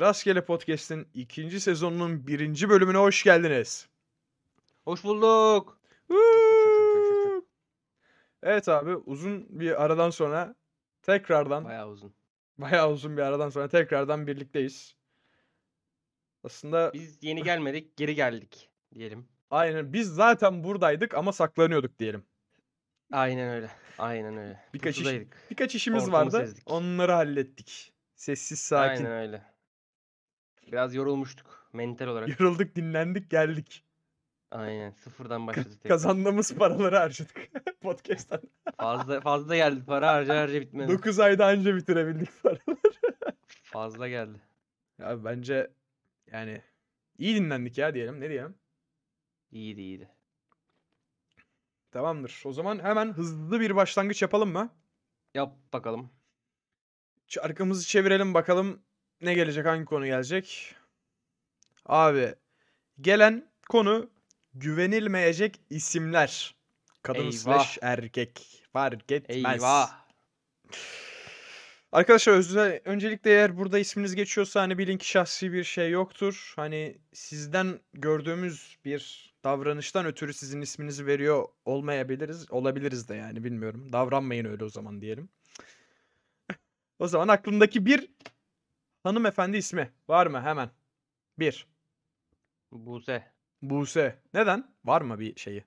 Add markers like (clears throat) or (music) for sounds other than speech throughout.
Rastgele Podcast'in ikinci sezonunun birinci bölümüne hoş geldiniz. Hoş bulduk. Woo! Evet abi uzun bir aradan sonra tekrardan Bayağı uzun. bayağı uzun bir aradan sonra tekrardan birlikteyiz. Aslında Biz yeni gelmedik, geri geldik diyelim. aynen biz zaten buradaydık ama saklanıyorduk diyelim. Aynen öyle. Aynen öyle. Birkaç iş- Pusudaydık. Birkaç işimiz Ortamı vardı. sezdik. Onları hallettik. Sessiz sakin. Aynen öyle. Biraz yorulmuştuk mental olarak. Yarıldık, dinlendik, geldik. Aynen. Sıfırdan başladık. tekrar. Kazandığımız paraları harcadık (laughs) podcast'ten. Fazla fazla geldi. Para harca harca bitmedi. 9 ayda anca bitirebildik para. Fazla geldi. Abi bence yani iyi dinlendik ya diyelim. Ne diyelim? İyiydi iyiydi. Tamamdır. O zaman hemen hızlı bir başlangıç yapalım mı? Yap bakalım. Çarkımızı çevirelim bakalım ne gelecek, hangi konu gelecek. Abi gelen konu güvenilmeyecek isimler. Kadın Eyvah. slash erkek. Fark etmez. Eyvah. Arkadaşlar özel, öncelikle eğer burada isminiz geçiyorsa hani bilin ki şahsi bir şey yoktur. Hani sizden gördüğümüz bir davranıştan ötürü sizin isminizi veriyor olmayabiliriz. Olabiliriz de yani bilmiyorum. Davranmayın öyle o zaman diyelim. O zaman aklımdaki bir hanımefendi ismi var mı hemen? Bir. Buse. Buse. Neden? Var mı bir şeyi?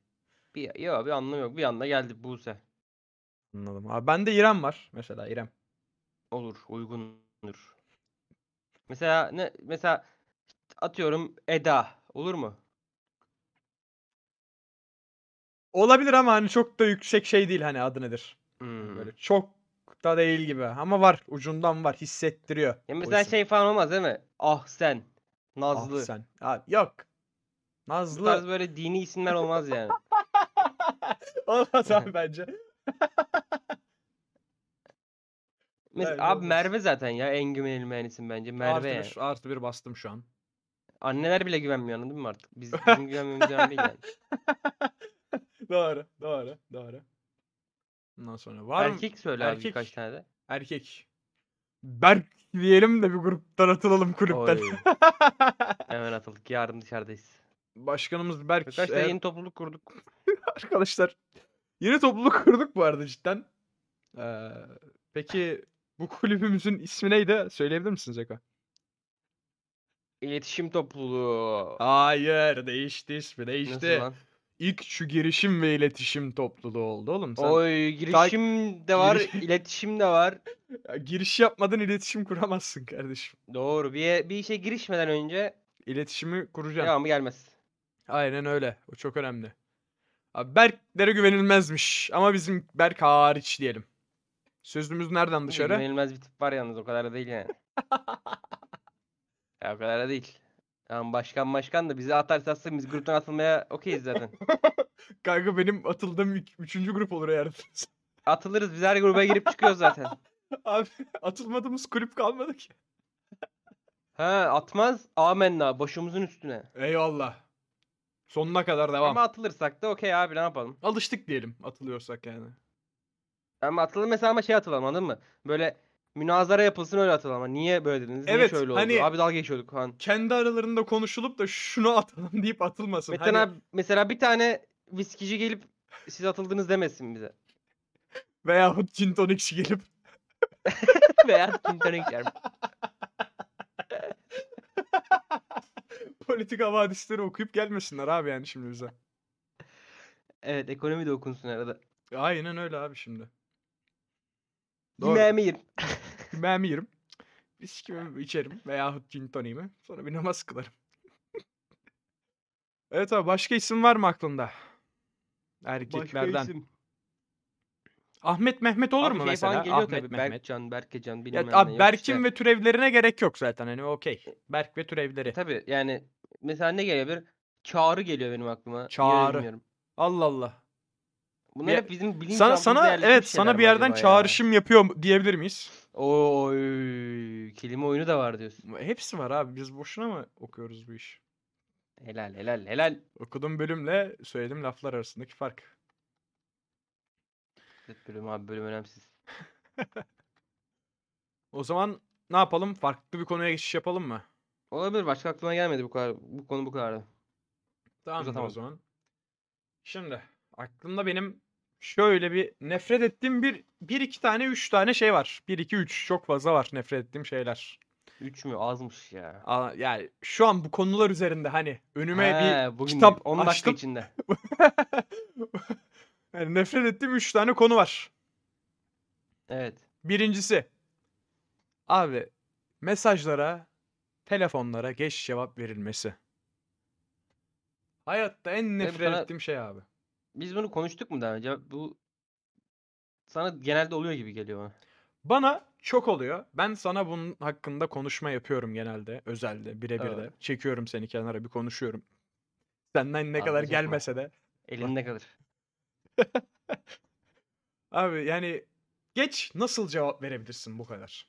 Bir, yo, bir anlam yok. Bir anda geldi Buse. Anladım. Abi bende İrem var. Mesela İrem. Olur, uygundur. Mesela ne mesela atıyorum Eda olur mu? Olabilir ama hani çok da yüksek şey değil hani adı nedir? Hmm. Böyle çok da değil gibi ama var ucundan var hissettiriyor. Ya o mesela isim. şey falan olmaz değil mi? Ah sen, Ah Nazlı. sen. Abi, yok. Bu (laughs) tarz Nazlı böyle dini isimler (laughs) olmaz yani. olmaz (laughs) abi bence. Mes- Bence abi olmaz. Merve zaten ya en güvenilmeyen isim bence Merve. yani. Artı bir, artı bir bastım şu (laughs) an. Anneler bile güvenmiyor anladın mı artık? (laughs) Biz bizim güvenmemiz önemli değil yani. Doğru, doğru, doğru. Ondan sonra var mı? Erkek söyle abi birkaç Erkek. tane de. Erkek. Berk diyelim de bir gruptan atılalım kulüpten. Oy. Hemen atıldık yarın dışarıdayız. (laughs) Başkanımız Berk. Birkaç da eğer- yeni topluluk kurduk. Arkadaşlar yeni topluluk (laughs) kurduk bu arada cidden. Ee, peki bu kulübümüzün ismi neydi? Söyleyebilir misiniz Eko? İletişim topluluğu. Hayır değişti ismi Nasıl değişti. lan? İlk şu girişim ve iletişim topluluğu oldu oğlum. Sen Oy girişim de var, Giriş- iletişim de var. Ya giriş yapmadan iletişim kuramazsın kardeşim. Doğru. Bir bir işe girişmeden önce İletişimi kuracaksın. devamı gelmez. Aynen öyle. O çok önemli. Abi Berklere güvenilmezmiş ama bizim Berk hariç diyelim. Sözümüz nereden Bu da dışarı? Güvenilmez bir tip var yalnız o kadar da (laughs) değil yani. ya o kadar da değil. Tamam başkan başkan da bizi atarsa atsın biz gruptan atılmaya okeyiz zaten. Kanka benim atıldığım ük- üçüncü grup olur eğer. Atılırız biz her gruba girip çıkıyoruz zaten. Abi (laughs) atılmadığımız kulüp kalmadı ki. Ha atmaz amenna başımızın üstüne. Eyvallah. Sonuna kadar devam. Ama atılırsak da okey abi ne yapalım. Alıştık diyelim atılıyorsak yani. Ama atılalım mesela ama şey atılalım anladın mı? Böyle münazara yapılsın öyle atılalım. Ama Niye böyle dediniz? Niye Evet, şöyle oldu? hani- Abi dalga geçiyorduk falan. Kendi aralarında konuşulup da şunu atalım deyip atılmasın. Metin Hani- abi mesela bir tane viskici gelip siz atıldınız demesin bize. (laughs) Veyahut gin tonikçi gelip (laughs) Veya internet yer. politik havadisleri okuyup gelmesinler abi yani şimdi bize. Evet ekonomi de okunsun arada. Aynen öyle abi şimdi. Doğru. Yemeğimi yerim. Ben yerim. Viskimi içerim veyahut gin toniğimi. Sonra bir namaz kılarım. (laughs) evet abi başka isim var mı aklında? Erkeklerden. isim. Ahmet Mehmet olur Abi mu şey falan mesela? geliyor Ahmet tabii. Mehmet. Berkcan, Berkecan Ya, bilmem ne. abi yok Berk'in işte. ve türevlerine gerek yok zaten hani okey. Berk ve türevleri. Tabii yani mesela ne gelebilir? Çağrı geliyor benim aklıma. Niye Çağrı. bilmiyorum. Allah Allah. Bunlar Ya, hep bizim bilinç Sana sana evet sana bir yerden çağrışım yapıyor mu- diyebilir miyiz? Oy kelime oyunu da var diyorsun. Hepsi var abi. Biz boşuna mı okuyoruz bu işi? Helal helal helal. Okuduğum bölümle söylediğim laflar arasındaki fark. Bölüm abi bölüm önemsiz. O zaman ne yapalım? Farklı bir konuya geçiş yapalım mı? Olabilir. Başka aklıma gelmedi bu kadar. Bu konu bu kadardı. Tamam o Uzatamam. zaman. Şimdi aklımda benim şöyle bir nefret ettiğim bir bir iki tane üç tane şey var. Bir iki üç çok fazla var nefret ettiğim şeyler. Üç mü? Azmış ya. Aa, yani şu an bu konular üzerinde hani önüme bir He, bugün kitap 10 dakika açtım. içinde. (laughs) yani nefret ettiğim üç tane konu var. Evet. Birincisi abi mesajlara, telefonlara geç cevap verilmesi. Hayatta en nefret bana- ettiğim şey abi. Biz bunu konuştuk mu daha önce? Bu sana genelde oluyor gibi geliyor bana. Bana çok oluyor. Ben sana bunun hakkında konuşma yapıyorum genelde. Özelde, birebir Evet. de. Çekiyorum seni kenara bir konuşuyorum. Senden ne kadar Anlayacak mı? gelmese de. Elinde kalır. Abi yani geç nasıl cevap verebilirsin bu kadar?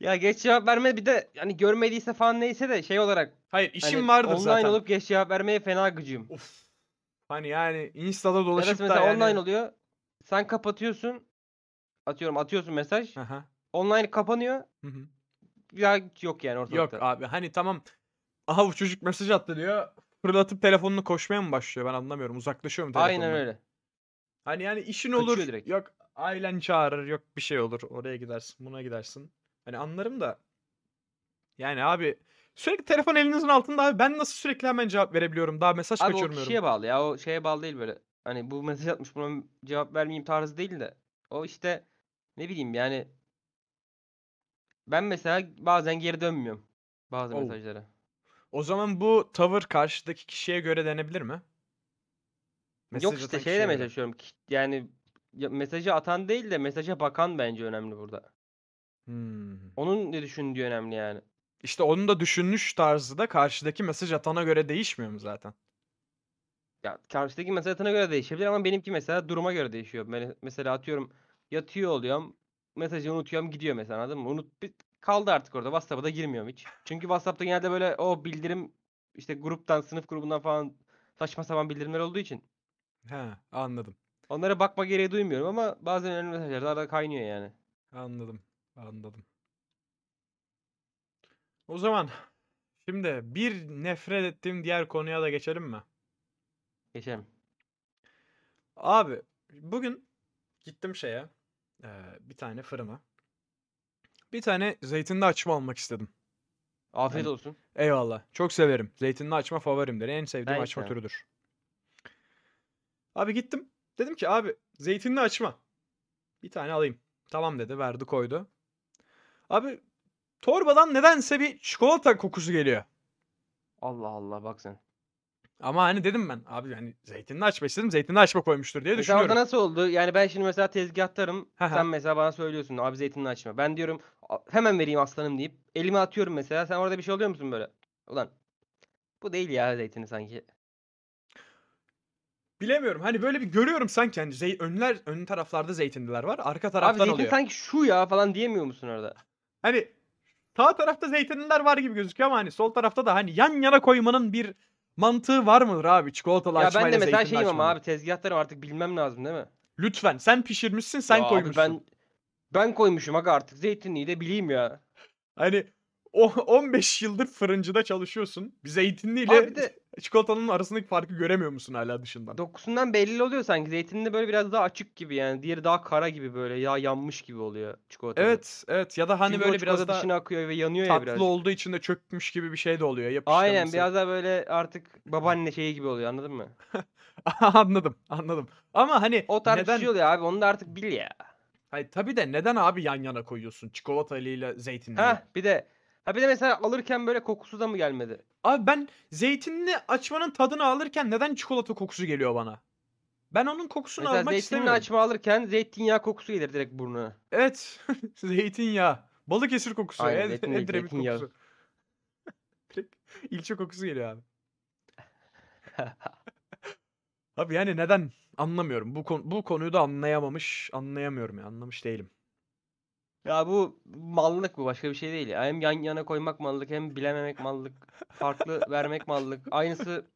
Ya geç cevap verme bir de hani görmediyse falan neyse de şey olarak Hayır işim hani vardır online zaten. olup geç cevap vermeye fena gıcığım. Of. Hani yani Insta'da Ya da dolaşıp da mesela yani. online oluyor. Sen kapatıyorsun. Atıyorum atıyorsun mesaj. Aha, Online kapanıyor. hı hı. Bir daha yok yani Yok ortalıkta. abi hani tamam. Aha bu çocuk mesaj attı diyor. Fırlatıp telefonunu koşmaya mı başlıyor? Ben anlamıyorum. Uzaklaşıyorum telefondan. Aynen öyle. Hani yani işin Kaçıyor olur. direkt. Yok ailen çağırır. Yok bir şey olur. Oraya gidersin. Buna gidersin. Hani anlarım da. Yani abi sürekli telefon elinizin altında abi. Ben nasıl sürekli hemen cevap verebiliyorum? Daha mesaj Abi o kaçırmıyorum. kişiye bağlı ya. O şeye bağlı değil böyle. Hani bu mesaj atmış buna cevap vermeyeyim tarzı değil de. O işte ne bileyim yani. Ben mesela bazen geri dönmüyorum. Bazı Oh. mesajlara. O zaman bu tavır karşıdaki kişiye göre denebilir mi? Mesaj yok işte atan şey kişiye demeye göre. çalışıyorum. ki- Yani ya mesajı atan değil de mesaja bakan bence önemli burada. Hmm. Onun ne düşündüğü önemli yani. İşte onun da düşünüş tarzı da karşıdaki mesaj atana göre değişmiyor mu zaten? Ya karşıdaki mesaj atana göre değişebilir ama benimki mesela duruma göre değişiyor. Ben mesela atıyorum yatıyor oluyorum. Mesajı unutuyorum gidiyor mesela anladın mı? Unut bir- kaldı artık orada. WhatsApp'a da girmiyorum hiç. Çünkü WhatsApp'ta genelde böyle o bildirim işte gruptan, sınıf grubundan falan saçma sapan bildirimler olduğu için He, anladım. onlara bakma gereği duymuyorum ama bazen önemli mesajlar da arada kaynıyor yani. Anladım. Anladım. O zaman şimdi bir nefret ettiğim diğer konuya da geçelim mi? Geçelim. Abi bugün gittim şeye eee, bir tane fırına. Bir tane zeytinli açma almak istedim. Afiyet Yani- olsun. Eyvallah. Çok severim. Zeytinli açma favorimdir. En sevdiğim Ben hiç açma sevmem. türüdür. Abi gittim. Dedim ki abi zeytinli açma. Bir tane alayım. Tamam dedi. Verdi koydu. Abi torbadan nedense bir çikolata kokusu geliyor. Allah Allah bak sen. Ama hani dedim ben abi yani zeytinli açma istedim. Zeytinli açma koymuştur diye Mesela orada düşünüyorum. nasıl oldu? Yani ben şimdi mesela tezgahtarım. Hı hı. sen mesela bana söylüyorsun abi zeytinini açma. Ben diyorum "A- hemen vereyim aslanım deyip elime atıyorum mesela. Sen orada bir şey oluyor musun böyle? Ulan bu değil ya zeytini sanki. Bilemiyorum. Hani böyle bir görüyorum sanki hani zey- önler ön taraflarda zeytinliler var. Arka Abi taraftan zeytin oluyor. sanki şu ya falan diyemiyor musun orada? Hani sağ tarafta zeytinliler var gibi gözüküyor ama hani sol tarafta da hani yan yana koymanın bir mantığı var mıdır abi? Çikolatalı ya ben açmayla de mesela zeytinli şeyim ama açmanın. abi tezgahtarım artık bilmem lazım değil mi? Lütfen sen pişirmişsin sen Ya abi koymuşsun. ben ben koymuşum aga artık zeytinliği de bileyim ya. Hani o 15 yıldır fırıncıda çalışıyorsun. Bir Zeytinliyle Abi bir de (laughs) çikolatanın arasındaki farkı göremiyor musun hala dışından? dokusundan belli oluyor sanki. Zeytinli böyle biraz daha açık gibi yani. Diğeri daha kara gibi böyle yağ yanmış gibi oluyor çikolata. Evet, evet. Ya da hani Çünkü o böyle biraz çikolata da dışına akıyor ve yanıyor ya tatlı biraz. olduğu için de çökmüş gibi bir şey de oluyor. Aynen yapıştırması. biraz daha böyle artık babaanne şeyi gibi oluyor anladın mı? (laughs) anladım, anladım. Ama hani O tarz bir neden? şey oluyor abi onu da artık bil ya. Hayır, tabii de neden abi yan yana koyuyorsun çikolatalıyla zeytinliyi? Hah bir de ha bir de mesela alırken böyle kokusu da mı gelmedi? Abi ben zeytinli açmanın tadını alırken neden çikolata kokusu geliyor bana? Ben onun kokusunu mesela almak zeytinli istemiyorum. açma alırken zeytinyağı kokusu gelir direkt burnuna. Evet. (laughs) Zeytinyağı. Balıkesir kokusu. Aynen, Ed- zeytinyağı, Edremit zeytinyağı. kokusu. (laughs) Direkt ilçe kokusu geliyor (laughs) abi. Abi yani neden? Anlamıyorum. Bu, konu, bu konuyu da anlayamamış. Anlayamıyorum ya. Anlamış değilim. ya bu mallık bu başka bir şey değil ya. Hem yan yana koymak mallık hem bilememek mallık. (laughs) Farklı vermek mallık. Aynısı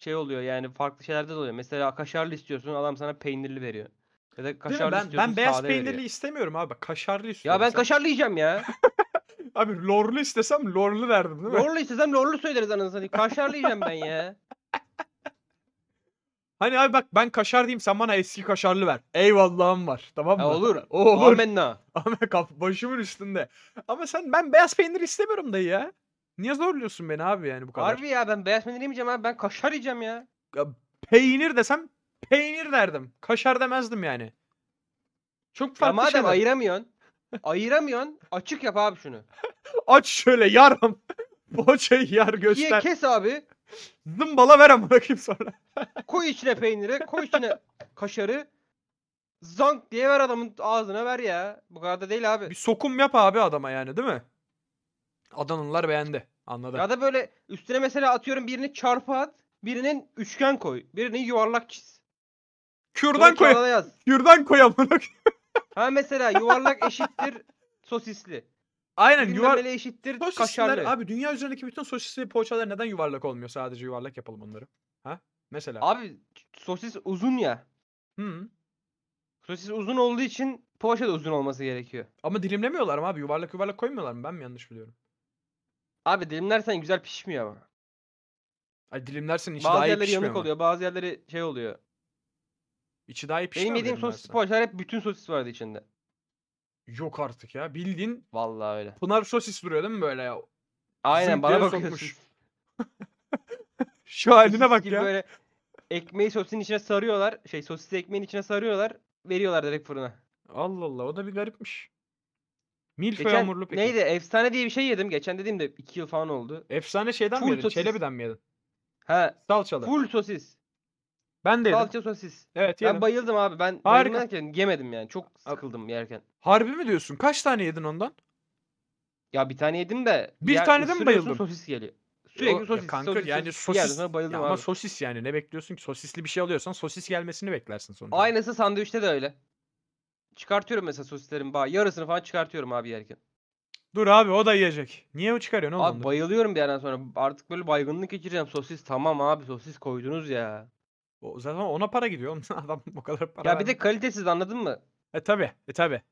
şey oluyor yani farklı şeylerde de oluyor. Mesela kaşarlı istiyorsun adam sana peynirli veriyor. Ya da Değil mi? kaşarlı Ben, istiyorsun ben beyaz sade veriyor. peynirli istemiyorum abi. Bak Kaşarlı istiyorum. Ya ben Sen- kaşarlı yiyeceğim ya. Abi lorlu istesem lorlu derdim (laughs) değil mi? lorlu istesem lorlu söyleriz anasını satayım. Kaşarlı yiyeceğim ben ya. Hani abi bak ben kaşar diyeyim sen bana eski kaşarlı ver. Eyvallahım var. Tamam mı? Ya olur. O (laughs) (laughs) olur. Amenna. Ama kaf- başımın üstünde. Ama sen ben beyaz peynir istemiyorum dayı ya. Niye zorluyorsun beni abi yani bu kadar? Harbi ya ben beyaz peynir yemeyeceğim abi. Ben kaşar yiyeceğim ya. Ya peynir desem peynir derdim. Kaşar demezdim yani. Çok Ya farklı madem şeyler. ayıramıyorsun. ayıramıyorsun. Açık yap abi şunu. Aç şöyle (laughs) yaram. Poğaçayı yar İkiye göster. kes abi. Zımbala ver amına koyayım sonra. Koy içine peyniri. Koy içine kaşarı. Zank diye ver adamın ağzına ver ya. Bu kadar da değil abi. Bir şey sokum yap abi adama yani değil mi? Adanlılar beğendi. Anladı. Ya da böyle üstüne mesela atıyorum birini çarpı at. Birinin üçgen koy. Birini yuvarlak çiz. Sonra Kürdan koy. kağıda yaz. Kürdan koy amına koyayım. Ha mesela yuvarlak eşittir sosisli. Aynen Bilmem yuvar. neli eşittir Sosisler kaşarlı. Abi, abi dünya üzerindeki bütün sosisli poğaçalar neden yuvarlak olmuyor? Sadece yuvarlak yapalım onları. Ha? Mesela. sosis uzun ya. Hı. Sosis uzun olduğu için poğaça da uzun olması gerekiyor. Ama dilimlemiyorlar mı abi? Yuvarlak yuvarlak koymuyorlar mı? Ben mi yanlış biliyorum? Abi dilimlersen güzel pişmiyor ama. Ay dilimlersin içi bazı daha iyi yerleri pişmiyor yanık mu? oluyor, bazı yerleri şey oluyor. İçi daha iyi pişmiyor Benim mu yediğim dilimlersen? sosis poğaçalar hep bütün sosis vardı içinde. Yok artık ya. Bildiğin Vallahi öyle. Pınar sosis duruyor değil mi böyle ya? Aynen bana Bizimkileri bakıyorsun. sokmuş. Şu (laughs) haline Sosis bak gibi ya. Böyle ekmeği sosisin içine sarıyorlar. Şey sosisi ekmeğin içine sarıyorlar. Veriyorlar direkt fırına. Allah Allah o da bir garipmiş. Milföy hamurlu Geçen peki. neydi? Efsane diye bir şey yedim. Geçen dediğimde 2 yıl falan oldu. Efsane şeyden mi Full yedin? sosis. Çelebiden mi yedin? Ha, Salçalı. full sosis. Ben de yedim. Salça sosis. Evet yedim. Ben bayıldım abi. Ben Harika. Harika. yemedim yani. Çok sıkıldım yerken. Harbi mi diyorsun? Kaç tane yedin ondan? Ya bir tane yedim de Bir ya tane de mi ısırıyorsun, bayıldın? Sosis geliyor. O- Sürekli ya sosis. kanka sosis, yani sosis. Bir yerden sosis- sonra bayıldım Ya ama abi. sosis yani ne bekliyorsun ki? Sosisli bir şey alıyorsan sosis gelmesini beklersin sonuçta. Aynısı sandviçte de öyle. Çıkartıyorum mesela sosislerin ba yarısını falan çıkartıyorum abi yerken. Dur abi o da yiyecek. Niye o çıkarıyorsun oğlum? Abi onu? bayılıyorum bir yerden sonra. Artık böyle baygınlık geçireceğim. Sosis tamam abi sosis koydunuz ya. O- zaten ona para gidiyor. oğlum. (laughs) Adam o kadar para Ya bir de vermiyor. kalitesiz anladın mı? E tabi. E tabi.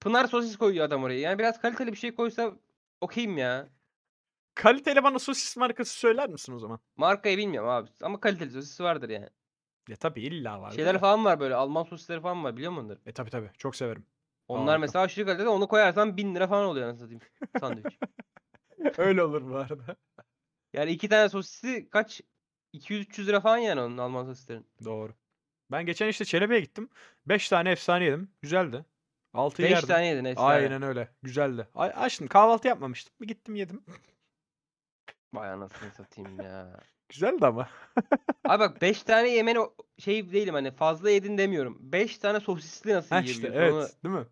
Pınar sosis koyuyor adam oraya. Yani biraz kaliteli bir şey koysa okeyim ya. Kaliteli bana sosis markası söyler misin o zaman? Markayı bilmiyorum abi ama kaliteli sosis vardır yani. Ya tabi illa var. Şeyler falan var böyle Alman sosisleri falan var biliyor musun onları? E tabi tabi. Çok severim. (laughs) Onlar Harika. mesela aşırı kaliteli onu koyarsan 1000 lira falan oluyor (laughs) anasını satayım sandviç. Öyle olur bu arada. (laughs) Yani iki tane sosisi kaç? 200-300 lira falan yani onun Alman sosislerin. Doğru. Ben geçen işte Çelebi'ye gittim. 5 tane efsane yedim. Güzeldi. 6'yı 5 yerdim. tane yedin efsane. Aynen öyle. Güzeldi. Ay, açtım. Kahvaltı yapmamıştım. Bir gittim yedim. (laughs) Vay anasını satayım ya. Güzeldi ama. Abi bak 5 tane yemen o- şey değilim hani fazla yedin demiyorum. 5 tane sosisli nasıl Ha işte yiyebiliyorsun? Onu- evet. Değil mi?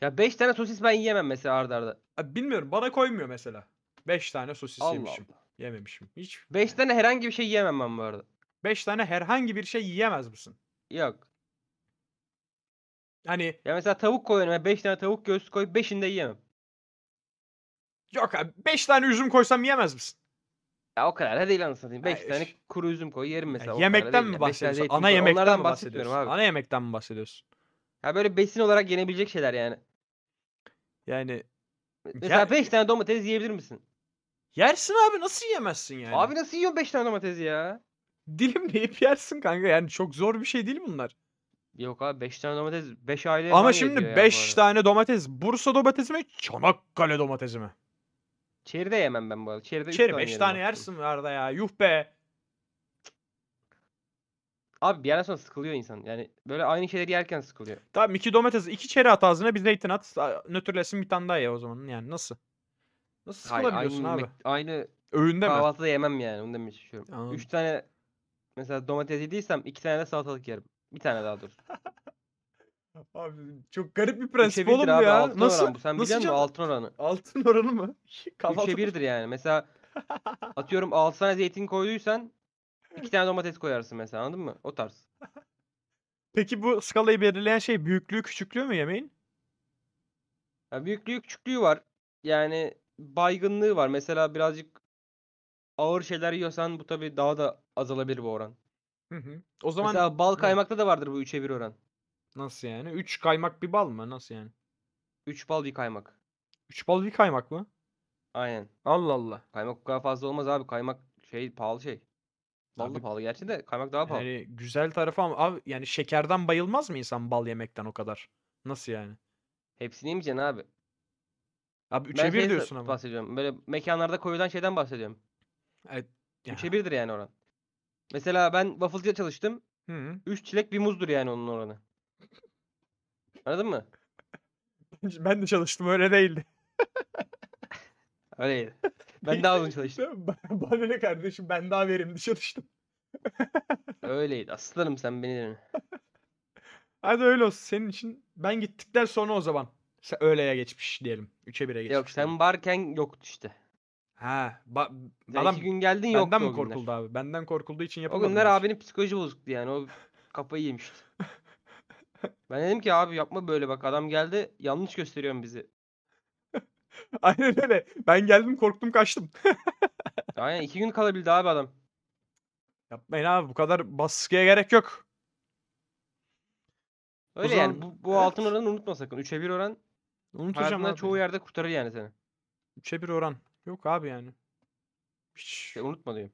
Ya 5 tane sosis ben yiyemem mesela arda arda. Abi bilmiyorum. Bana koymuyor mesela. 5 tane sosis Allah yemişim. Allah. Yememişim. Hiç. 5 tane herhangi bir şey yiyemem ben bu arada. 5 tane herhangi bir şey yiyemez misin? Yok. Hani Ya mesela tavuk koy önüme 5 tane tavuk göğsü koy 5'ini de yiyemem. yok abi 5 tane üzüm koysam yiyemez misin? Ya o kadar da değil anasını satayım. 5 Ya tane üf. kuru üzüm koy yerim Ya mesela. o kadar da yemekten değil mi ya. Beş tane bahsediyorsun? zeytin Ana koy. yemekten mi Onlardan bahsediyorsun? bahsetmiyorum abi. Ana yemekten mi bahsediyorsun? Ya böyle besin olarak yenebilecek şeyler yani. Yani Ya- Mesela 5 tane domates yiyebilir misin? yersin abi nasıl yemezsin yani? Abi nasıl yiyorsun 5 tane domatesi ya? dilimleyip yersin kanka. Yani çok zor bir şey değil bunlar. Yok abi 5 tane domates 5 aile Ama falan şimdi yediyor Şey ya bu 5 arada. tane domates. Bursa domatesi mi? Çanakkale domatesi mi? Çeri de yemem ben bu arada. Çeri de 3 İçeri tane 5 yerim tane maksimum. yersin Arda ya. Yuh be. Abi bir yerden sonra sıkılıyor insan. Yani böyle aynı şeyleri yerken sıkılıyor. Tamam 2 domates, 2 çeri at ağzına bir zeytin at. a- Nötrlesin bir tane daha ye o zaman. Yani nasıl? Nasıl Hayır, aynı, sıkılabiliyorsun abi? yemek- aynı Öğünde mi? kahvaltıda yemem yani. Onu demeye Anladım. çalışıyorum. 3 tane mesela domates yediysem 2 tane de salatalık yerim. Bir tane daha dur. Abi çok garip bir Üçe prensip birdir oğlum abi, ya. altın Nasıl? oran bu. Sen nasıl biliyor musun can- altın oranı? Altın oranı mı? (laughs) 3'e 1'dir yani. Mesela atıyorum 6 tane zeytin koyduysan 2 tane domates koyarsın mesela anladın mı? O tarz. Peki bu skalayı belirleyen şey büyüklüğü küçüklüğü mü yemeğin? Ya büyüklüğü küçüklüğü var. Yani baygınlığı var. Mesela birazcık ağır şeyler yiyorsan bu tabii daha da azalabilir bu oran. Hı hı. O zaman Mesela bal kaymakta da vardır bu 3'e 1 oran. nasıl yani? 3 kaymak bir bal mı? Nasıl yani? 3 bal bir kaymak. 3 bal bir kaymak mı? Aynen. Allah Allah. Kaymak o kadar fazla olmaz abi. Kaymak şey pahalı şey. Bal da Abi, pahalı gerçi de kaymak daha pahalı. Yani güzel tarafı ama abi yani şekerden bayılmaz mı insan bal yemekten o kadar? Nasıl yani? Hepsini yemeyeceksin abi. Abi Ben şey 3'e 1 şeyden diyorsun ama. bahsediyorum. Böyle mekanlarda koyulan şeyden bahsediyorum. Evet. Ya. 3'e 1'dir yani oran. Mesela ben waffle'cıda çalıştım. Hı hı. 3 çilek bir muzdur yani onun oranı. Anladın mı? (laughs) Ben de çalıştım öyle değildi. Öyleydi. Ben (laughs) daha uzun çalıştım. Bana ne kardeşim ben daha verimli çalıştım. Öyleydi. Aslanım sen beni dinle. Hadi öyle olsun. Senin için ben gittikten sonra o zaman. Sen öğleye geçmiş diyelim. 3'e 1'e geçmiş. diyelim. Yok sen varken yoktu işte. Ha, ba- Sen adam iki gün geldin yoktu benden mi o günler. korkuldu abi? Benden korkulduğu için O yapamadım. günler diyorsun. abinin psikoloji bozuktu yani. O kafayı yemişti. Ben dedim ki abi yapma böyle bak adam geldi yanlış gösteriyorsun bizi. (laughs) Aynen öyle. Ben geldim korktum kaçtım. Aynen iki gün kalabildi abi adam. Yapmayın abi bu kadar baskıya gerek yok. Öyle yani zaman- bu, bu altın oranı unutma sakın. 3'e 1 oran Unutacağım hayatında abi. çoğu yerde kurtarır yani seni. 3'e 1 oran. Yok abi yani. Hiç. İşte unutma diyorum.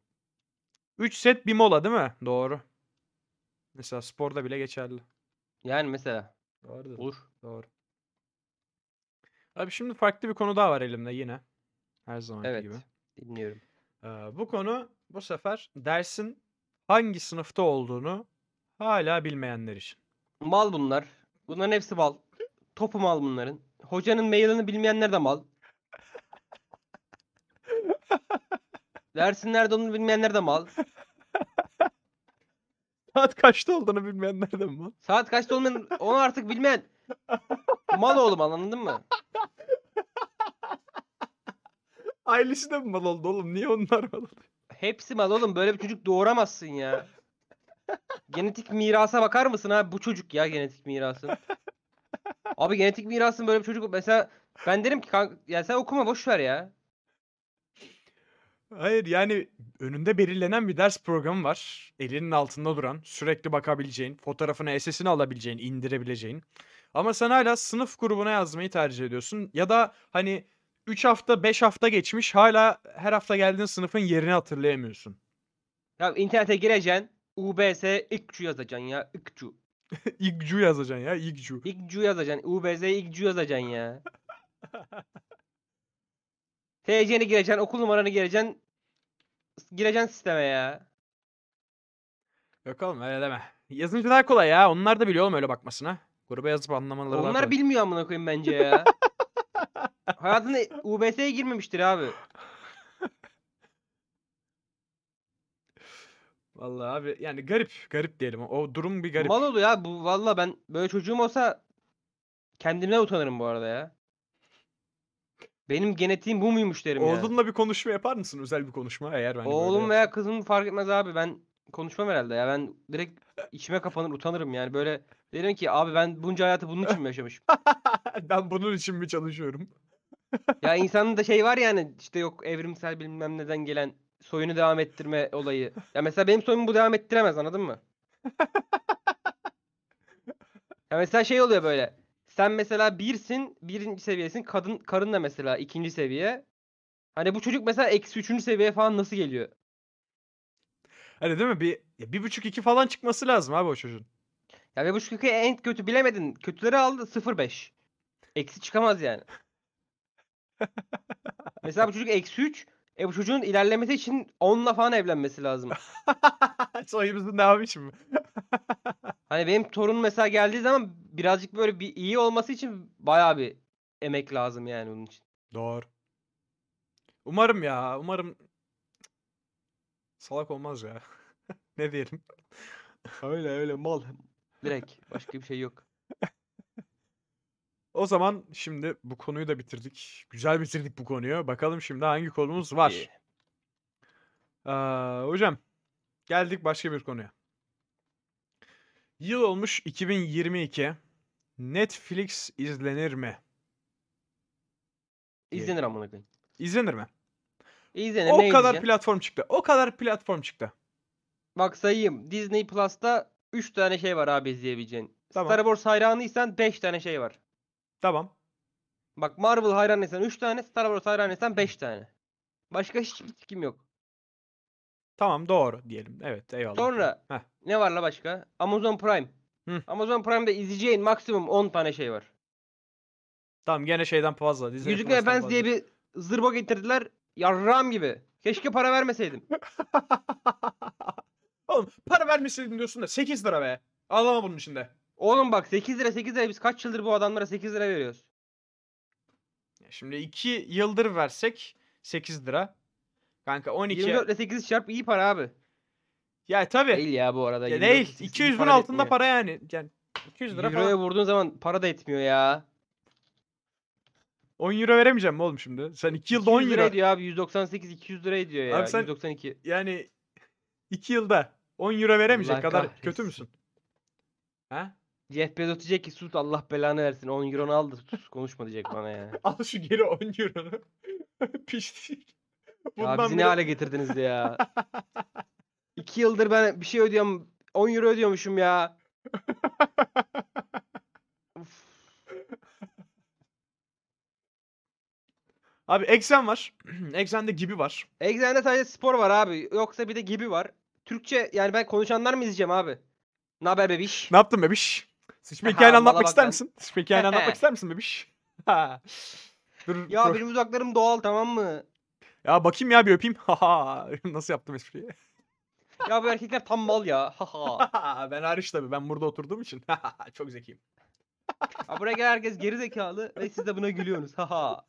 3 set bir mola değil mi? Doğru. Mesela sporda bile geçerli. Yani mesela Doğru. olur. Doğru. Abi şimdi farklı bir konu daha var elimde yine. Her zamanki Evet. gibi. Dinliyorum. Ee, bu konu bu sefer dersin hangi sınıfta olduğunu hala bilmeyenler için. Mal bunlar. Bunların hepsi mal. Topu mal bunların. Hocanın mailini bilmeyenler de mal. Dersin nerede olduğunu bilmeyenler de mal. Saat kaçta olduğunu bilmeyenler de mi var? Saat kaçta olmayan onu artık bilmeyen. Mal oğlum anladın mı? Ailesi de mi mal oldu oğlum? Niye onlar mal oldu? Hepsi mal oğlum. Böyle bir çocuk doğuramazsın ya. Genetik mirasa bakar mısın abi? Bu çocuk ya genetik mirasın. Abi genetik mirasın böyle bir çocuk. Mesela ben derim ki kanka ya sen okuma boş ver ya. Hayır yani önünde belirlenen bir ders programı var. Elinin altında duran, sürekli bakabileceğin, fotoğrafını, SS'ini alabileceğin, indirebileceğin. Ama sen hala sınıf grubuna yazmayı tercih ediyorsun. Ya da hani 3 hafta, 5 hafta geçmiş hala her hafta geldiğin sınıfın yerini hatırlayamıyorsun. (laughs) Ya internete gireceksin. UBS ikcu yazacaksın ya. İkcu. İgcu yazacaksın ya, İgcu. İkcu yazacaksın. UBS ikcu yazacaksın ya. TC'ni gireceksin. Okul numaranı gireceksin. Gireceksin sisteme ya. Yok oğlum öyle deme. Yazınca daha kolay ya. Onlar da biliyor oğlum öyle bakmasına. Gruba yazıp anlamaları daha Onlar kolay. bilmiyor amına koyayım bence (laughs) ya. Hayatında UBS'ye girmemiştir abi. Vallahi abi yani garip, garip diyelim. O durum bir garip. Mal oluyor ya bu valla ben böyle çocuğum olsa kendimden utanırım bu arada ya. Benim genetiğim bu muymuş derim ya. Oğlunla bir konuşma yapar mısın? Özel bir konuşma eğer hani böyle- Oğlum veya kızım fark etmez abi ben konuşmam herhalde ya ben direkt içime kapanır utanırım yani böyle derim ki abi ben bunca hayatı bunun için mi yaşamışım? (laughs) ben bunun için mi çalışıyorum? ya insanın da şey var yani işte yok evrimsel bilmem neden gelen soyunu devam ettirme olayı. Ya mesela benim soyumu bu devam ettiremez anladın mı? ya mesela şey oluyor böyle. Sen mesela birsin, birinci seviyesin. Kadın, karın da mesela ikinci seviye. Hani bu çocuk mesela eksi üçüncü seviyeye falan nasıl geliyor? Hani değil mi? Bir, ya bir buçuk iki falan çıkması lazım abi o çocuğun. (laughs) Ya ve bu şıkkı en kötü bilemedin. Kötüleri aldı 0.5. Eksi (laughs) çıkamaz yani. Mesela bu çocuk eksi 3. E bu çocuğun ilerlemesi için 10'la falan evlenmesi lazım. Soyumuzun devamı için mi? Hani benim torun mesela geldiği zaman birazcık böyle bir iyi olması için bayağı bir emek lazım yani bunun için. Doğru. Umarım ya. Umarım salak olmaz ya. (laughs) ne diyelim? Öyle öyle mal. (laughs) Direkt başka bir şey yok. O zaman şimdi bu konuyu da bitirdik. Güzel bitirdik bu konuyu. Bakalım şimdi hangi konumuz var? İyi. Ee, hocam geldik başka bir konuya. Yıl olmuş 2022. Netflix izlenir mi? İyi. İzlenir amına koyayım. İzlenir mi? İzlenir o ne kadar izleyeceksin? platform çıktı. O kadar platform çıktı. Bak sayayım. Disney Plus'ta 3 tane şey var abi izleyebileceğin. Tamam. Star Wars hayranıysan 5 tane şey var. Tamam. Bak Marvel hayranıysan 3 tane, Star Wars hayranıysan 5 tane. Başka hiçbir sikim yok. Tamam doğru diyelim. Evet eyvallah. Sonra- Heh, Ne var la başka? Amazon Prime. Hı. Amazon Prime'da izleyeceğin maksimum 10 tane şey var. Tamam gene şeyden fazla. Disney Yüzükler Plus'tan Efendisi diye fazla. bir zırba getirdiler. Yarram gibi. Keşke para vermeseydim. (laughs) Oğlum para vermeseydin diyorsun da 8 lira be. Ağlama bunun içinde. Oğlum bak 8 lira 8 lira biz kaç yıldır bu adamlara 8 lira veriyoruz. Ya Şimdi 2 yıldır versek 8 lira. Kanka 12. 24 ile 8 çarp iyi para abi. Ya tabii. Değil ya bu arada. Ya 24 ile değil. 8 iyi 200 bin para da altında etmiyor. para yani. Yani 200 lira Euro'ya falan. vurduğun zaman para da etmiyor ya. 10 euro veremeyeceğim mi oğlum şimdi? Sen 2 yılda 10 200 euro. lira ediyor abi 198 200 lira ediyor ya. Abi sen 192. Yani 2 yılda 10 euro veremeyecek Allah kadar kötü kahretsin. müsün? Ha? Jeff Bezos diyecek ki sus Allah belanı versin 10 euro'nu al da sus konuşma diyecek bana (laughs) ya. (laughs) Al şu geri 10 (laughs) euronu. Piştik. ya bizi Bundan ne beri hale getirdiniz ya. 2 yıldır ben bir şey ödüyorum 10 euro ödüyormuşum ya. Uf. Abi eksen var. (clears throat) Eksende gibi var. Exxen'de sadece spor var abi. Yoksa bir de gibi var. Türkçe yani ben konuşanlar mı izleyeceğim abi? Naber bebiş? Ne yaptın bebiş? (laughs) Sıçma Ha, hikayeni mala anlatmak bak ister lan. misin? Sıçma (laughs) hikayeni anlatmak ister misin bebiş? Ha. Dur. Ya pro- benim uzaklarım doğal tamam mı? ya bakayım ya bir öpeyim. (laughs) Haha. Nasıl yaptım espriyi? (laughs) Ya bu erkekler tam mal ya. Haha. ben hariç tabii. Ben burada oturduğum için. (laughs) Çok zekiyim. Ya buraya gelen herkes geri zekalı ve siz de buna gülüyorsunuz. Haha.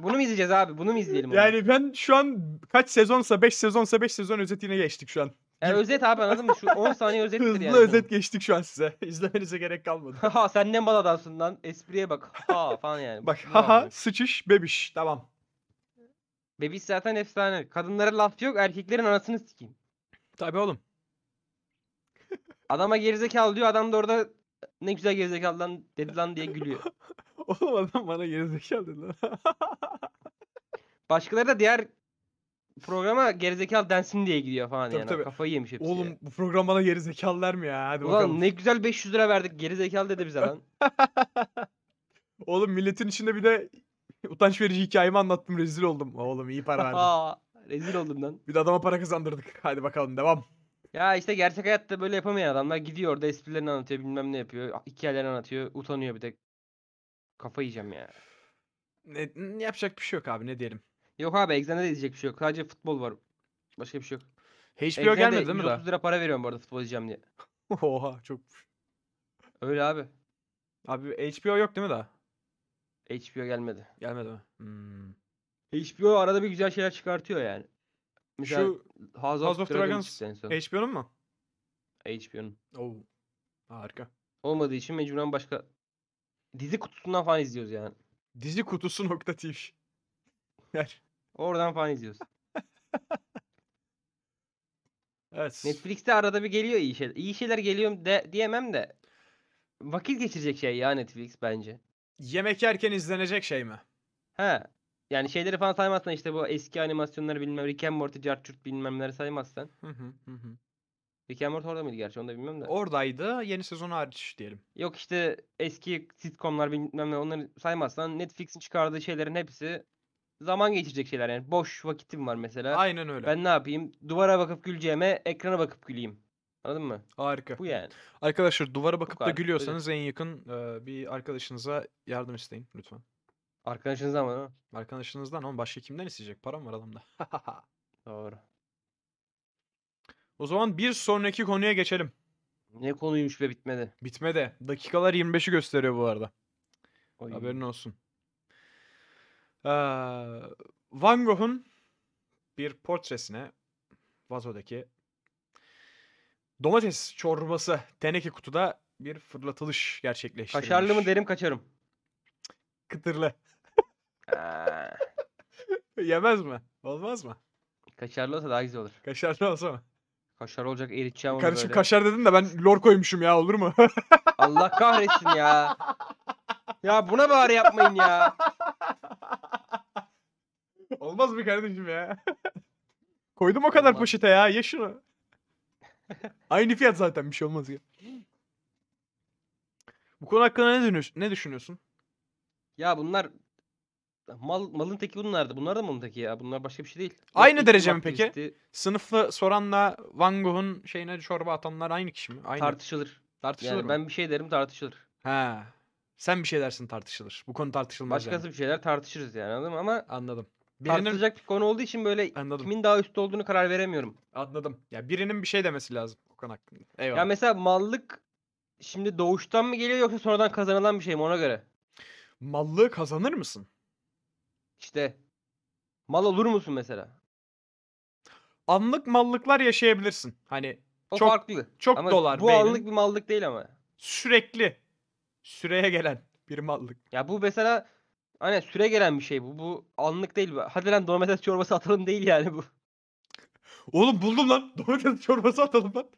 Bunu mu izleyeceğiz abi? Bunu mu izleyelim? oğlum? yani ben şu an kaç sezonsa 5 sezonsa 5 sezon özetine geçtik şu an. Yani özet abi anladın mı? Şu 10 saniye özettir Hızlı yani. özet geçtik şu an size. (laughs) İzlemenize gerek (laughs) kalmadı. Haha sen ne mal adamsın lan. Espriye bak. Ha falan yani. Bak Bu abi. haha sıçış bebiş. Tamam. Bebiş zaten efsane. Kadınlara laf yok erkeklerin anasını sikeyim. Tabii oğlum. Adama gerizekalı diyor adam da orada ne güzel gerizekalı lan dedi lan diye gülüyor. (laughs) Oğlum adam bana gerizekalı dedi lan. (laughs) Başkaları da diğer programa gerizekalı densin diye gidiyor falan Tabii, yani. tabii. Kafayı yemiş hepsi. Oğlum bu program bana gerizekalı der mi ya? Hadi Ulan bakalım. ne güzel 500 lira verdik gerizekalı dedi bize lan. Oğlum milletin içinde bir de (laughs) utanç verici hikayemi anlattım rezil oldum. Oğlum iyi para verdim. (laughs) Aa, rezil oldum lan. bir de adama para kazandırdık. Hadi bakalım devam. Ya işte gerçek hayatta böyle yapamayan adamlar gidiyor orada esprilerini anlatıyor bilmem ne yapıyor. Hikayelerini anlatıyor. Utanıyor bir de. Kafa yiyeceğim ya. Ne, ne yapacak bir şey yok abi ne diyelim. Yok abi Exxen'de de izleyecek bir şey yok. Sadece futbol var. Başka bir şey yok. HBO Exxen'de gelmedi değil mi daha? 130 lira para veriyorum bu arada futbol izleyeceğim diye. (laughs) Oha çok. Öyle abi. Abi HBO yok değil mi daha? HBO gelmedi. Gelmedi mi? Hmm. HBO arada bir güzel şeyler çıkartıyor yani. Mesela Şu House of, House of Dragons, Dragons çıktı en son. HBO'nun mu? HBO'nun. Oo. Harika. Olmadığı için mecburen başka dizi kutusundan falan izliyoruz yani. Dizi kutusu nokta TV. Yani, Oradan (laughs) falan izliyoruz. evet. Netflix'te arada bir geliyor iyi şeyler. İyi şeyler geliyor de, diyemem de vakit geçirecek şey ya Netflix bence. Yemek yerken izlenecek şey mi? He. Yani şeyleri falan saymazsan işte bu eski animasyonları bilmem Rick and Morty, Jar Jurt bilmemleri saymazsan. Hı hı hı hı. Rick and Morty orada mıydı gerçi onu da bilmem de. Oradaydı. Yeni sezon hariç diyelim. Yok işte eski sitcomlar bilmem ne onları saymazsan Netflix'in çıkardığı şeylerin hepsi zaman geçirecek şeyler yani. Boş vakitim var mesela. Aynen öyle. Ben ne yapayım? Duvara bakıp güleceğime ekrana bakıp güleyim. Anladın mı? Harika. Bu yani. Arkadaşlar duvara bakıp da kadar. Özet. gülüyorsanız en yakın e, bir arkadaşınıza yardım isteyin lütfen. Arkadaşınız ama ha? Arkadaşınızdan ama başka kimden isteyecek? Param var adamda. (laughs) Doğru. o zaman bir sonraki konuya geçelim. Ne konuymuş be bitmedi. Bitmedi. Dakikalar 25'i gösteriyor bu arada. Oy. Haberin olsun. Ee, Van Gogh'un bir portresine vazodaki domates çorbası teneke kutuda bir fırlatılış gerçekleştirilmiş. Kaşarlı mı derim kaçarım. Kıtırlı. Aa, Yemez mi? Olmaz mı? kaşarlı olsa daha güzel olur. Kaşarlı olsa mı? Kaşar olacak eriteceğim onu Kardeşim böyle. kaşar dedin de ben lor koymuşum ya olur mu? Allah kahretsin ya. Ya buna bari yapmayın ya. Olmaz mı kardeşim ya? (laughs) Koydum o kadar Olmaz. poşete ya. Ye şunu. (laughs) Aynı fiyat zaten bir şey olmaz ya. Bu konu hakkında ne, dönüş- ne düşünüyorsun? Ya bunlar mal malın teki bunlardı. Bunlar da malın teki ya. Bunlar başka bir şey değil. Yok Aynı iklim derece mi peki? aktivisti Sınıflı soranla Van Gogh'un şeyine çorba atanlar aynı kişi mi? Aynı. Tartışılır. tartışılır Yani mı? ben bir şey derim tartışılır. He. Sen bir şey dersin tartışılır. Bu konu tartışılmaz Başkası yani. bir şeyler tartışırız yani anladın mı? Ama Anladım. Birinin... tartışılacak bir konu olduğu için böyle Anladım. kimin daha üstte olduğunu karar veremiyorum. Anladım. Ya birinin bir şey demesi lazım o konu hakkında. Eyvallah. Ya mesela mallık şimdi doğuştan mı geliyor yoksa sonradan kazanılan bir şey mi ona göre? Mallığı kazanır mısın? İşte mal olur musun mesela? Anlık mallıklar yaşayabilirsin. Hani O Çok- farklı. çok Ama dolar bu beynin. anlık bir mallık değil ama. sürekli süreye gelen bir mallık. Ya bu mesela hani süre gelen bir şey bu. Bu anlık değil. bu. Hadi lan domates çorbası (laughs) atalım değil yani bu. Oğlum buldum lan. (laughs) Domates çorbası atalım lan.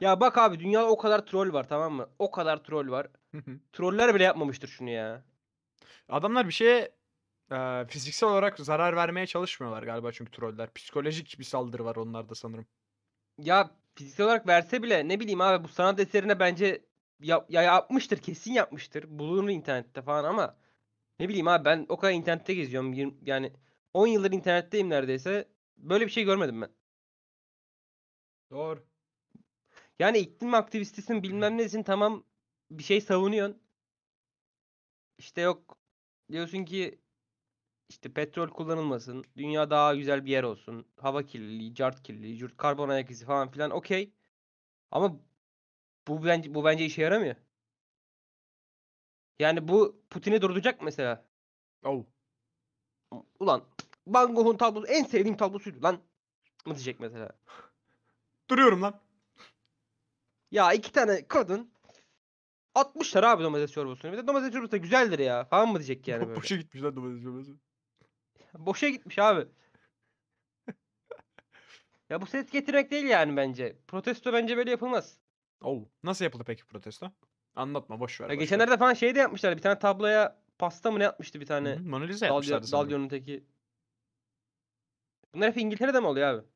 Ya bak abi dünyada o kadar troll var tamam mı? O kadar troll var. Troller bile yapmamıştır şunu ya. Adamlar bir şeye e, fiziksel olarak zarar vermeye çalışmıyorlar galiba çünkü troller. Psikolojik bir saldırı var onlarda sanırım. Ya fiziksel olarak verse bile ne bileyim abi bu sanat eserine bence ya, ya yapmıştır kesin yapmıştır. Bulunur internette falan ama ne bileyim abi ben o kadar internette geziyorum. yirmi- yani 10 yıldır internetteyim neredeyse. Böyle bir şey görmedim ben. Doğru. Yani iklim aktivistisin bilmem nesin tamam bir şey savunuyorsun. İşte yok diyorsun ki işte petrol kullanılmasın, dünya daha güzel bir yer olsun, hava kirliliği, cart kirliliği, cürt karbon ayak izi falan filan okey. Ama bu bence bu bence işe yaramıyor. Yani bu Putin'i durduracak mı mesela. Oh. Ulan Van Gogh'un tablosu en sevdiğim tablosuydu lan. Mı diyecek mesela. Duruyorum lan. Ya iki tane kadın atmışlar abi domates çorbasını. Bir de domates çorbası da güzeldir ya falan mı diyecek yani Bo- böyle. Boşa gitmiş lan domates çorbası. Boşa (laughs) gitmiş abi. ya bu ses getirmek değil yani bence. Protesto bence böyle yapılmaz. Oh. Nasıl yapıldı peki protesto? Anlatma boş ver. Ya boş ver. geçenlerde falan şey de yapmışlar. Bir tane tabloya pasta mı ne atmıştı bir tane. Hı hı, Mona Lisa yapmışlardı Dalyo- sanırım. Dalyo'nun teki. Bunlar hep İngiltere'de mi oluyor abi?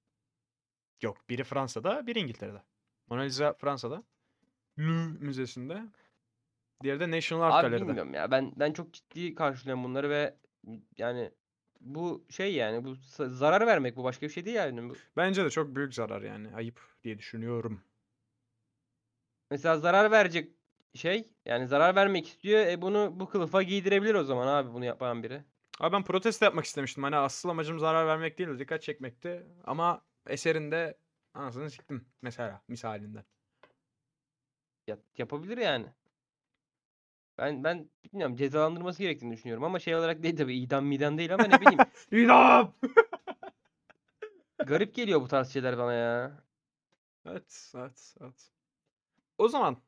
Yok biri Fransa'da biri İngiltere'de. Mona Lisa Fransa'da. Louvre Müzesi'nde. Diğeri de National Art Abi Gallery'de. bilmiyorum ya. Ben ben çok ciddi karşılıyorum bunları ve yani bu şey yani bu sa- zarar vermek bu başka bir şey değil yani. Bu- Bence de çok büyük zarar yani. Ayıp diye düşünüyorum. Mesela zarar verecek şey yani zarar vermek istiyor. E bunu bu kılıfa giydirebilir o zaman abi bunu yapan biri. Abi ben protesto yapmak istemiştim. Hani asıl amacım zarar vermek değil, dikkat çekmekti. Ama eserinde anasını siktim mesela misalinden. Ya- yapabilir yani. Ben ben bilmiyorum cezalandırması gerektiğini düşünüyorum ama şey olarak değil tabii idam midam değil ama (laughs) ne bileyim. İnam! Garip geliyor bu tarz şeyler bana ya. Evet, evet, evet. O zaman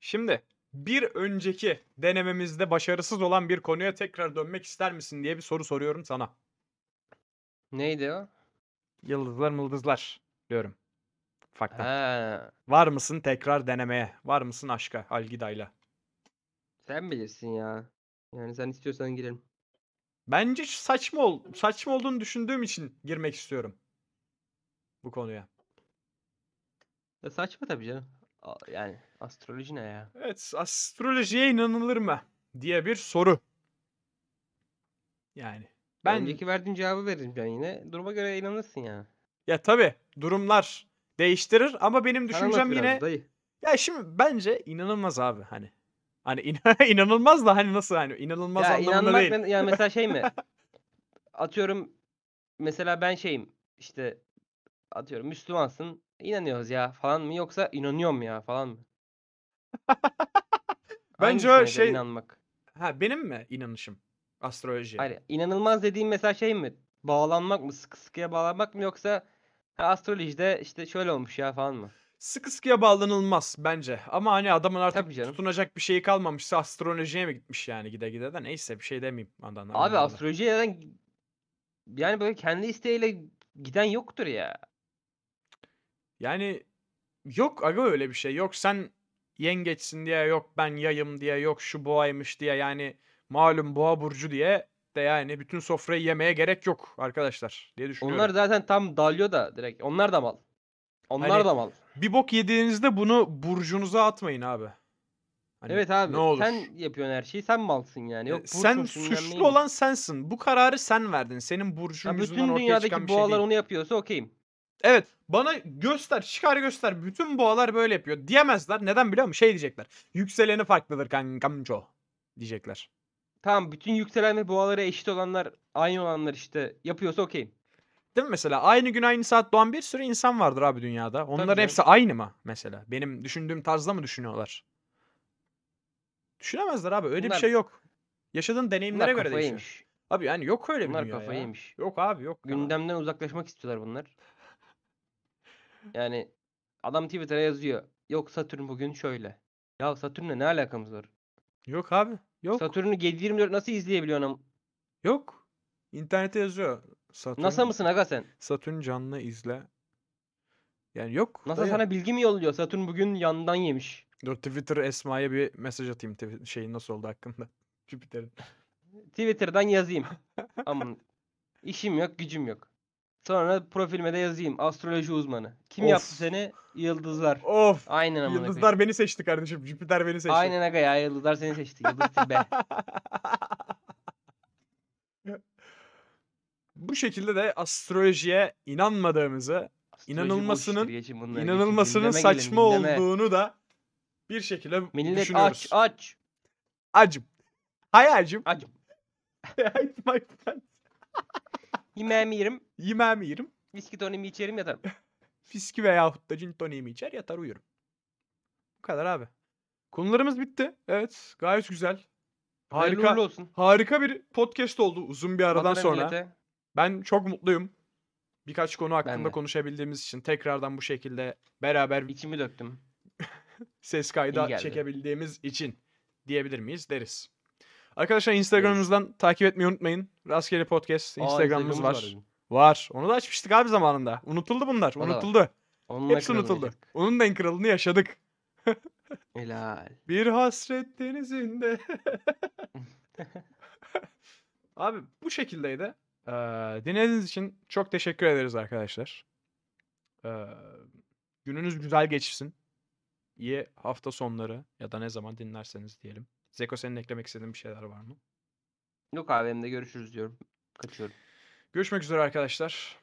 şimdi bir önceki denememizde başarısız olan bir konuya tekrar dönmek ister misin diye bir soru soruyorum sana. Neydi o? Yıldızlar mıldızlar diyorum. Faktan. Ee? Ha, Var mısın tekrar denemeye? Var mısın aşka? Algida'yla. sen bilirsin ya. Yani sen istiyorsan girelim. Bence ş- saçma ol saçma olduğunu düşündüğüm için girmek istiyorum bu konuya. Ya saçma tabii canım. A- Yani astroloji ne ya? Evet, astrolojiye inanılır mı diye bir soru. Yani ben Önceki verdiğim cevabı veririm ben yine. Duruma göre inanırsın ya. ya tabii durumlar değiştirir ama benim Sen anlat düşüncem biraz yine Dayı. ya şimdi bence inanılmaz abi hani. Hani in- (laughs) inanılmaz da hani nasıl hani inanılmaz ya anlamında inanmak değil. ne- ya mesela (laughs) şey mi? Atıyorum mesela ben şeyim işte atıyorum Müslümansın inanıyoruz ya falan mı yoksa inanıyorum ya falan mı? Bence o Hangisi mesela şey- inanmak. Ha benim mi inanışım astrolojiye? Hayır inanılmaz dediğim mesela şey mi? Bağlanmak mı? Sıkı sıkıya bağlanmak mı yoksa ha, astrolojide işte şöyle olmuş ya falan mı? Sıkı sıkıya bağlanılmaz bence. Ama hani adamın artık Tabii canım. tutunacak bir şeyi kalmamışsa astrolojiye mi gitmiş yani gide gide de neyse bir şey demeyeyim. Adamlar Abi bilmiyorlar. astrolojiye neden yani böyle kendi isteğiyle giden yoktur ya. Yani yok aga öyle bir şey. Yok sen yengeçsin diye yok ben yayım diye yok şu boğaymış diye yani malum boğa burcu diye de yani bütün sofrayı yemeye gerek yok arkadaşlar diye düşünüyorum. Onlar zaten tam dalıyor da direkt. Onlar da mal. Onlar Hani- da mal. Bir bok yediğinizde bunu burcunuza atmayın abi. Hani evet abi. Ne olur. Sen yapıyorsun her şeyi. Sen malsın yani. E, Yok, sen burçlusun, bilmem suçlu neyin. olan sensin. Bu kararı sen verdin. Senin burcun Ya yüzünden bütün ortaya çıkan dünyadaki bir şey boğalar değil. onu yapıyorsa okeyim. Evet bana göster çıkar göster bütün boğalar böyle yapıyor diyemezler. Neden biliyor musun? Şey diyecekler. Yükseleni farklıdır kankamco diyecekler. Tamam bütün yükselen ve boğalara eşit olanlar aynı olanlar işte yapıyorsa okeyim. Değil mi mesela? Aynı gün aynı saat doğan bir sürü insan vardır abi dünyada. Onların canım. hepsi aynı mı mesela? Benim düşündüğüm tarzda mı düşünüyorlar? Düşünemezler abi. Öyle Bunlar- bir şey yok. Yaşadığın deneyimlere Bunlar göre kafayı değişiyor. yemiş. Abi yani yok öyle bir Bunlar dünya ya. kafayı yemiş. Yok abi yok. ya. Gündemden uzaklaşmak (laughs) istiyorlar bunlar. Yani adam Twitter'a yazıyor. Yok Satürn bugün şöyle. Ya Satürn'le ne alakamız var? Yok abi. Yok. Satürn'ü 7-24 nasıl izleyebiliyorsun? am- Yok. İnternete yazıyor. Satürn, NASA mısın aga sen? Satürn canlı izle. Yani yok. NASA dayı. sana bilgi mi yolluyor? Satürn bugün yandan yemiş. Dur Twitter Esma'ya bir mesaj atayım tw- şeyin nasıl oldu hakkında. Jüpiter'in. Twitter'dan yazayım. (laughs) Aman işim yok gücüm yok. Sonra profilime de yazayım. Astroloji uzmanı. Kim yaptı Of. seni? Yıldızlar. Of. Aynen amına koyayım. Yıldızlar beni seçti kardeşim. Jüpiter beni seçti. Aynen aga ya yıldızlar seni seçti. Yıldız (laughs) tilbe. Bu şekilde de astrolojiye inanmadığımızı, Astroloji İnanılmasının- boş iştir, geçin bunları, geçin. inanılmasının Gündeme gelin, saçma gündeme. olduğunu da bir şekilde Millet düşünüyoruz. aç aç. Acım. Hayacım. Acım. Hayatım. Yemeğimi yerim. Yemeğimi yerim. Viski tonimi içerim yatarım. Fiski veyahut da gin toniğimi içer yatar uyurum. Bu kadar abi. Konularımız bitti. Evet gayet güzel. Hayırlı (laughs) Harika. uğurlu olsun. Harika bir podcast oldu uzun bir aradan Vatana, sonra. millete. Ben çok mutluyum. Birkaç konu hakkında de. konuşabildiğimiz için tekrardan bu şekilde beraber İçimi döktüm. ses İyi kayda geldi. çekebildiğimiz için diyebilir miyiz deriz. Arkadaşlar Instagram'ımızdan takip etmeyi unutmayın. Rastgele Podcast Aa, Instagram'ımız Instagram'ımız var. bizim. Var. Onu da açmıştık abi zamanında. Unutuldu bunlar. O da var. unutuldu. Onunla Hepsi kralını unutuldu. yaşadık. Onun da en kralını yaşadık. Helal. Bir hasret denizinde. Abi bu şekildeydi. Ee, dinlediğiniz için çok teşekkür ederiz arkadaşlar. Ee, gününüz güzel geçsin. İyi hafta sonları ya da ne zaman dinlerseniz diyelim. Zeko senin eklemek istediğin bir şeyler var mı? Yok abi hem de görüşürüz diyorum. Kaçıyorum. Görüşmek üzere arkadaşlar.